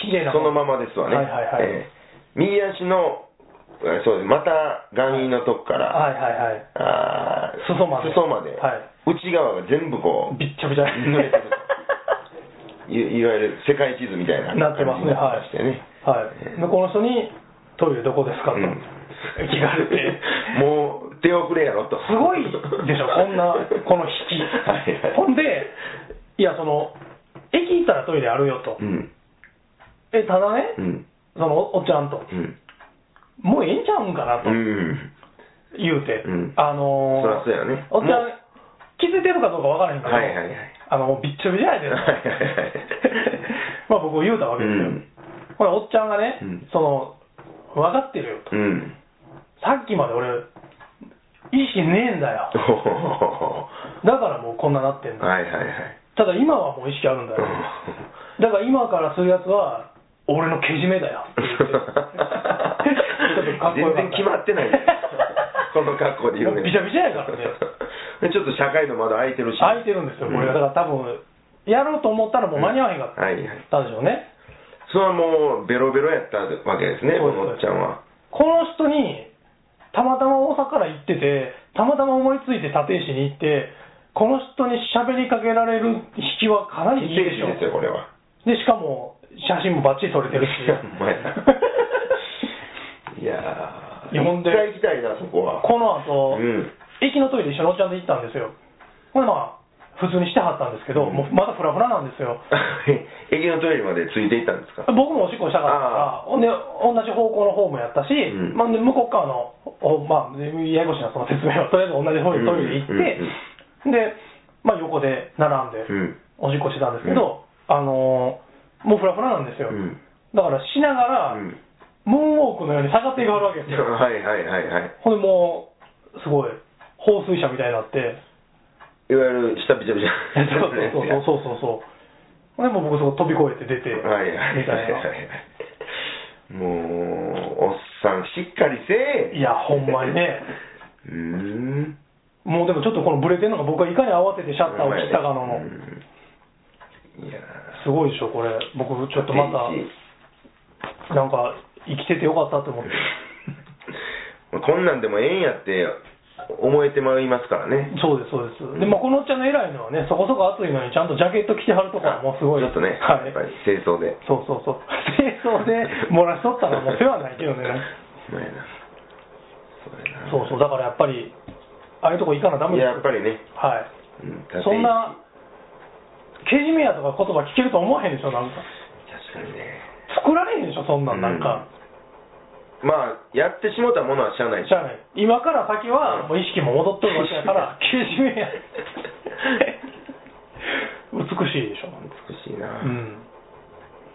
Speaker 2: 綺麗な
Speaker 1: そのままですわね。
Speaker 2: はいはいはい
Speaker 1: えー右足の、えーそうです、また眼輪のとこから、
Speaker 2: はいはいはい。
Speaker 1: あー
Speaker 2: 裾まで
Speaker 1: 裾まで
Speaker 2: はい
Speaker 1: 内側が全部こう、
Speaker 2: びっちゃびちゃ。
Speaker 1: 濡れてるいいわゆる世界地図みたいな
Speaker 2: なってますね、は
Speaker 1: 感
Speaker 2: い
Speaker 1: じになってましてね。
Speaker 2: はい。向こうの人に、トイレどこですかと、
Speaker 1: うん
Speaker 2: 聞かれて。
Speaker 1: もう手遅れやろと。
Speaker 2: すごいでしょ、こんな、この引き。
Speaker 1: はいはい
Speaker 2: ほんで、いや、その、駅行ったらトイレあるよと
Speaker 1: う。ん。
Speaker 2: え、ただね
Speaker 1: う、ん。
Speaker 2: その、おっちゃんと、
Speaker 1: うん。
Speaker 2: もうええんちゃうんかなと
Speaker 1: う、ん。
Speaker 2: 言うて
Speaker 1: うん、
Speaker 2: あの
Speaker 1: そ
Speaker 2: ー
Speaker 1: ら、そうやね。
Speaker 2: おっちゃ、
Speaker 1: もうん
Speaker 2: 気づいてるかどうかわからへんけど、
Speaker 1: はいはいはい
Speaker 2: あの、もうびっちょびちょやで
Speaker 1: はいはいはい、
Speaker 2: まあ僕言うたわけですよ。
Speaker 1: うん
Speaker 2: ほら、おっちゃんがね、
Speaker 1: うん
Speaker 2: その、分かってるよと。
Speaker 1: うん。
Speaker 2: さっきまで俺、意識ねえんだよ
Speaker 1: お。ー
Speaker 2: だからもうこんななってんだ。
Speaker 1: はいはいは い。
Speaker 2: ただ今はもう意識あるんだよ。だから今からするやつは、俺のけじめ だよ。って言ってちょっとかっこ
Speaker 1: 全
Speaker 2: よかった
Speaker 1: 然決まってないねこの格好で言うね
Speaker 2: もうびちゃびちゃやからね
Speaker 1: でちょっと社会の窓開いてるし
Speaker 2: 空いてるんですよ、これが。だから多分、やろうと思ったらもう間に合わへんかっ
Speaker 1: はいはい
Speaker 2: たんでしょうね。
Speaker 1: それはもうベロベロやったわけですね
Speaker 2: そ
Speaker 1: こ
Speaker 2: うです
Speaker 1: のおっちゃんは
Speaker 2: この人に、たまたま大阪から行ってて、たまたま思いついて立石に行って、この人に喋りかけられる引きはかなりいいでしょ
Speaker 1: ですよこれは
Speaker 2: で、しかも、写真もバッチリ撮れてるし
Speaker 1: いやほんまやないやー
Speaker 2: いやほんで
Speaker 1: 一回行きたいなそこは
Speaker 2: この後、
Speaker 1: うん
Speaker 2: 駅のトイレ一緒におっちゃんで行ったんですよ。これまあ、普通にしてはったんですけど、
Speaker 1: うん
Speaker 2: もうまだフラフラなんですよ。
Speaker 1: 駅のトイレまでついていったんですか
Speaker 2: 僕もおしっこしたかったから、ほんで、同じ方向の方もやったし、
Speaker 1: うん
Speaker 2: まあ、で向こう側の、おまあ、ややこしいなその説明は、 とりあえず同じ方にトイレ行って、で、まあ、横で並んで
Speaker 1: う、ん
Speaker 2: おしっこしてたんですけど、あのーもうフラフラなんですよ。
Speaker 1: うん
Speaker 2: だから、しながら、
Speaker 1: うん
Speaker 2: ムーンウォークのように下がっていくわけですよ。
Speaker 1: はいはいはいはい
Speaker 2: ほんで、もう、すごい、放水車みたいになって、
Speaker 1: いわゆる下びちゃびちゃ
Speaker 2: そうそうそうそうそうそう。でもう僕そこ飛び越えて出て、
Speaker 1: はいはい
Speaker 2: みたいな。
Speaker 1: もうおっさんしっかりせえ
Speaker 2: いや、ほんまにね。
Speaker 1: うーん
Speaker 2: もうでもちょっとこのブレてるのが僕はいかに慌ててシャッターを切ったかのも
Speaker 1: う。んいや
Speaker 2: すごいでしょ、これ。僕ちょっとま た、なんか生きててよかったと思って。
Speaker 1: こんなんでもええんやって思えてまいりますからね。
Speaker 2: そうです、そうです。で、まあ、このおっちゃんの偉いのはね、そこそこ暑いのに、ちゃんとジャケット着てはるとこはもうすごい。
Speaker 1: ちょっとね、
Speaker 2: はい
Speaker 1: やっ。ぱり清掃で。
Speaker 2: そうそうそう。清掃で漏らしとったらもう世話ないけど
Speaker 1: そ
Speaker 2: ね。
Speaker 1: うやな。そうやな。
Speaker 2: そうそう、だからやっぱり、ああいうとこ行かなダメ
Speaker 1: い
Speaker 2: です
Speaker 1: や、
Speaker 2: よ
Speaker 1: やっぱりね。
Speaker 2: は
Speaker 1: う
Speaker 2: い。
Speaker 1: んだって
Speaker 2: そんな、けじめやとか言葉聞けると思わへんでしょ、なんか。
Speaker 1: 確かにね。
Speaker 2: 作られへんでしょ、そんなん、なんか。
Speaker 1: まあ、やってしもたものはしゃあない
Speaker 2: じゃあね、今から先は、もう意識も戻っとるわけや から、けじめや。美しいでしょ。
Speaker 1: 美しいな、
Speaker 2: うん。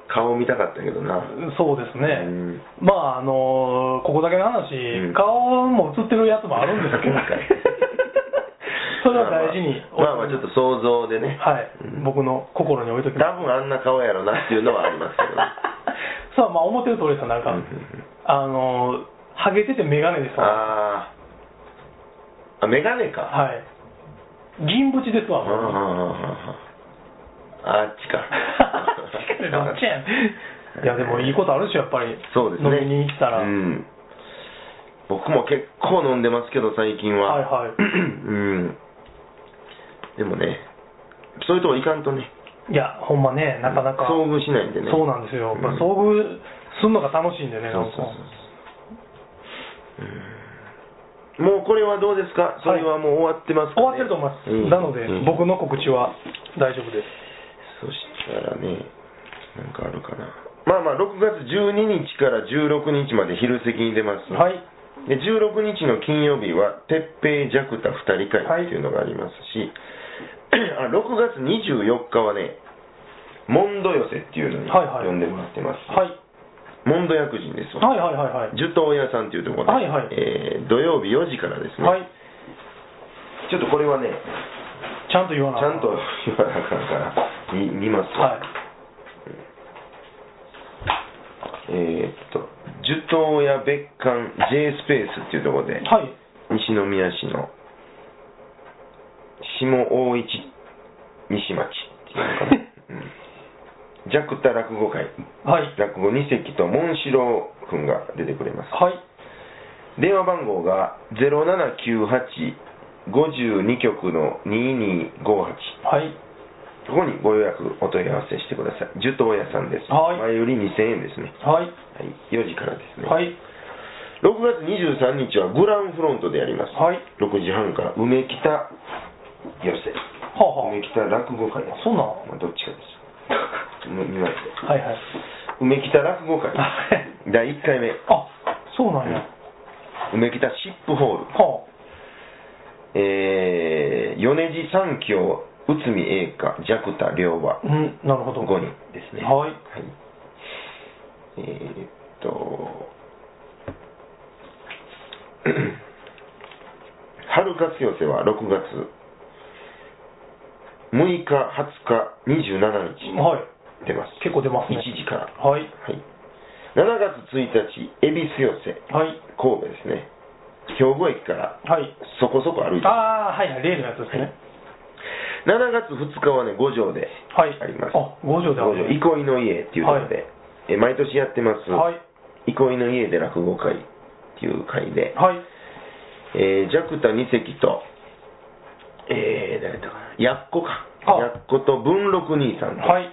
Speaker 1: 顔見たかったけどな。
Speaker 2: そうですね。
Speaker 1: うん
Speaker 2: まあ、あのーここだけの話、
Speaker 1: うん
Speaker 2: 顔も映ってるやつもあるんですけど
Speaker 1: 今回、
Speaker 2: それは大事に、
Speaker 1: まあまあ、まあまあちょっと想像でね。
Speaker 2: はい、
Speaker 1: うん
Speaker 2: 僕の心に置いとき
Speaker 1: 多
Speaker 2: ます。
Speaker 1: 分あんな顔やろなっていうのはありますけ どね。
Speaker 2: そう、まあ、思ってる通りですよ、なんか、
Speaker 1: うんうんうん
Speaker 2: あのーハゲてて眼鏡ですわ。
Speaker 1: あーあ、メガネか。
Speaker 2: はい。銀縁ですわ、
Speaker 1: うんうんうん
Speaker 2: もう。
Speaker 1: うんうんあっち か。
Speaker 2: 確かにどっちやんいや、でもいいことあるでしょ、やっぱり。
Speaker 1: そうですね。
Speaker 2: 飲みに行ったら。
Speaker 1: うん。僕も結構飲んでますけど、最近は。
Speaker 2: はいは
Speaker 1: う
Speaker 2: い
Speaker 1: ん。でもね、そういうとこ行かんとね、
Speaker 2: いや、ほんまね、なかなか。
Speaker 1: 遭遇しないんでね。
Speaker 2: そうなんですよ。まあ、遭遇するのが楽しいんでね、
Speaker 1: そ
Speaker 2: な
Speaker 1: うんそうそ
Speaker 2: か
Speaker 1: う。うんもうこれはどうですかそれはもう終わってますか、
Speaker 2: 終
Speaker 1: ね
Speaker 2: わってると思
Speaker 1: う
Speaker 2: います。
Speaker 1: ん
Speaker 2: なので、
Speaker 1: うん
Speaker 2: 僕の告知は大丈夫です。
Speaker 1: そしたらね、なんかあるかな。まあまあ、6月12日から16日まで昼席に出ます。
Speaker 2: はい。
Speaker 1: で16日の金曜日は「鉄平ジャクタ2人会」っていうのがありますし、あ6月24日はねモンド寄せっていうのに
Speaker 2: はいはい
Speaker 1: 呼んでもらってます、
Speaker 2: はい。
Speaker 1: モンド薬人ですわ、
Speaker 2: はいはいはいはい。
Speaker 1: 寿東屋さんっていうところで、
Speaker 2: はいはい
Speaker 1: えー土曜日4時からですね、
Speaker 2: はい。
Speaker 1: ちょっとこれはね
Speaker 2: ちゃんと言わな
Speaker 1: ち
Speaker 2: あ
Speaker 1: ゃ
Speaker 2: かん
Speaker 1: んと言わなあかんから見見ますわ、
Speaker 2: はい。
Speaker 1: えーっと寿東屋別館 J スペースっていうところで
Speaker 2: はい。
Speaker 1: 西宮市の下大市西町っていう のかな、うん、ジャクタ落語会
Speaker 2: はい。
Speaker 1: 落語二席とモンシロー君が出てくれます
Speaker 2: はい。
Speaker 1: 電話番号が079852局の2258
Speaker 2: はい。
Speaker 1: ここにご予約お問い合わせしてください寿東屋さんです、
Speaker 2: はい
Speaker 1: 前より2000円ですね、
Speaker 2: は
Speaker 1: は
Speaker 2: い。
Speaker 1: い、4時からですね、
Speaker 2: はい。
Speaker 1: 6月23日はグランフロントでやります、
Speaker 2: はい
Speaker 1: 6時半から梅北寄せ
Speaker 2: はあは
Speaker 1: 梅北落語会
Speaker 2: あ。そんなんは
Speaker 1: まあ、どっちかです梅見まして
Speaker 2: いはい。
Speaker 1: 梅北落語会
Speaker 2: はい
Speaker 1: 第1回目
Speaker 2: あ、そうなんや。
Speaker 1: 梅北シップホール
Speaker 2: は
Speaker 1: えー、米地三協内海栄華寂田良和
Speaker 2: あ。うん、なるほど。
Speaker 1: 5
Speaker 2: は
Speaker 1: 人ですね
Speaker 2: はい
Speaker 1: えーっと 春活寄せは6月6日、20日、27日
Speaker 2: い。
Speaker 1: 出ます。
Speaker 2: 結構出ますね。
Speaker 1: 1時から。は
Speaker 2: はい。
Speaker 1: い。7月1日、恵比寿寄せ、
Speaker 2: はい。
Speaker 1: 神戸ですね。兵庫駅から
Speaker 2: はい。
Speaker 1: そこそこ歩いて。
Speaker 2: ああ、はいはい。例のやつですね。
Speaker 1: 7月2日はね、五条で
Speaker 2: はい。
Speaker 1: あります。
Speaker 2: あ、五条であ
Speaker 1: 五条、
Speaker 2: る。
Speaker 1: 憩いの家っていうところで、
Speaker 2: は
Speaker 1: え毎年やってます。
Speaker 2: はい。
Speaker 1: 憩いの家で落語会っていう会で、
Speaker 2: はい。
Speaker 1: えー、ジャクタ2席と、えー、誰だったかな、やっこか。
Speaker 2: あ
Speaker 1: やっこと文禄兄さんと、
Speaker 2: はい。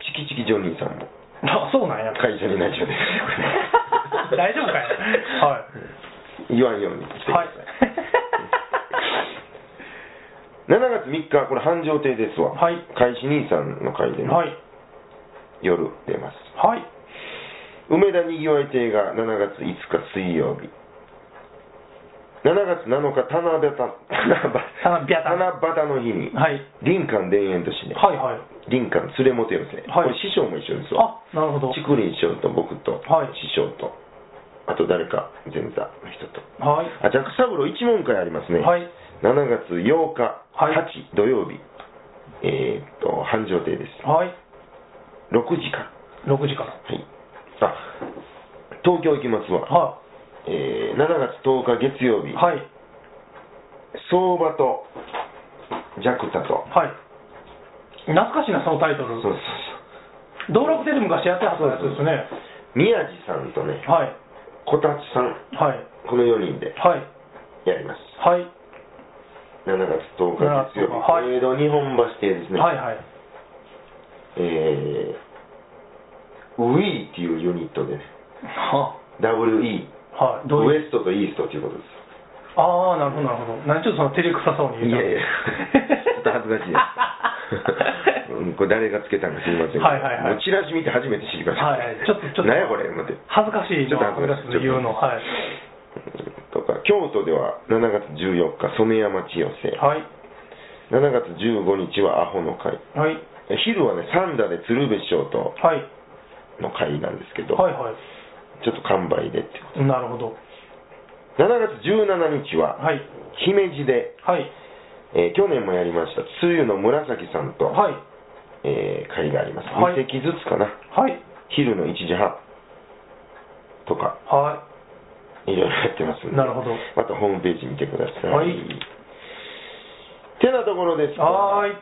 Speaker 1: チキチキジョニーさんも、
Speaker 2: あ、そうなんや。。
Speaker 1: 会社に内緒です。
Speaker 2: 大丈夫かいは い
Speaker 1: 言わんようにしてくだ
Speaker 2: は
Speaker 1: さい。7月3日、これ繁盛亭ですわ。
Speaker 2: はい
Speaker 1: 開始兄さんの会で
Speaker 2: い。
Speaker 1: も、
Speaker 2: はい。
Speaker 1: 夜出ます。
Speaker 2: はい。
Speaker 1: 梅田にぎわい亭が7月5日水曜日7月7日七夕
Speaker 2: 七夕
Speaker 1: 七夕の日に、
Speaker 2: はい。
Speaker 1: 林間田園都市で
Speaker 2: はいはい。
Speaker 1: 林間連れもて寄せ、
Speaker 2: はい
Speaker 1: これ師匠も一緒ですわ
Speaker 2: あ、なるほど。
Speaker 1: 竹林師匠と僕と、
Speaker 2: はい
Speaker 1: 師匠とあと誰か前座の人と
Speaker 2: はい。
Speaker 1: あジャックサブロー一問会ありますね、
Speaker 2: はい
Speaker 1: 7月8日、
Speaker 2: はい
Speaker 1: 8土曜日えーっと繁盛亭です
Speaker 2: はい。
Speaker 1: 6時から
Speaker 2: 6時から。
Speaker 1: はいあ東京行きますわ
Speaker 2: は
Speaker 1: えー7月10日月曜日、
Speaker 2: い。はい。
Speaker 1: 相場とジャクタと、
Speaker 2: はい。懐かしいな、そのタイトル。
Speaker 1: そうそう
Speaker 2: 道楽亭で昔やってはったやつですね。
Speaker 1: そう、宮地さんとね、
Speaker 2: はい。
Speaker 1: こたちさん、
Speaker 2: はい。
Speaker 1: この4人で
Speaker 2: はい。
Speaker 1: やります。
Speaker 2: はい。
Speaker 1: 7月10日月曜日、
Speaker 2: はい
Speaker 1: 小江戸日本橋邸ですね、
Speaker 2: はいはい。
Speaker 1: えー、ウィーっていうユニットでね、
Speaker 2: は
Speaker 1: WE、
Speaker 2: はい。どう
Speaker 1: ウエ
Speaker 2: いう。
Speaker 1: ストとイーストっていうことです。
Speaker 2: ああ、なるほど、なるほど。なんちょっとその照れくさそうに
Speaker 1: い
Speaker 2: 言
Speaker 1: や
Speaker 2: う
Speaker 1: いや、ちょっと恥ずかしいで す。うんこれ誰がつけたのか知りませんけど
Speaker 2: はいはいは
Speaker 1: も
Speaker 2: い
Speaker 1: うチラシ見て初めて知りました。
Speaker 2: はいはいちょっとちょっと
Speaker 1: 何やこれ思って。
Speaker 2: 恥ずかしいのは、皆さんで言うの。はい。
Speaker 1: とか、京都では7月14日、染山千代瀬。
Speaker 2: はい。
Speaker 1: 7月15日はアホの会。
Speaker 2: はい。
Speaker 1: え昼はね、サンダで鶴瓶師匠と
Speaker 2: はい。
Speaker 1: の会なんですけど、
Speaker 2: はい
Speaker 1: ちょっと完売でって。
Speaker 2: はい。なるほど。
Speaker 1: 7月17日は、
Speaker 2: はい。
Speaker 1: 姫路で、
Speaker 2: はい。
Speaker 1: えー去年もやりました、つゆの紫さんと、
Speaker 2: はい。
Speaker 1: えー会があります。
Speaker 2: はい
Speaker 1: 2席ずつかな。
Speaker 2: はい。
Speaker 1: 昼の1時半とか、
Speaker 2: はい
Speaker 1: ろいろやってますんで
Speaker 2: なるほど
Speaker 1: またホームページ見てください。
Speaker 2: はい
Speaker 1: てなところです
Speaker 2: い。はーい。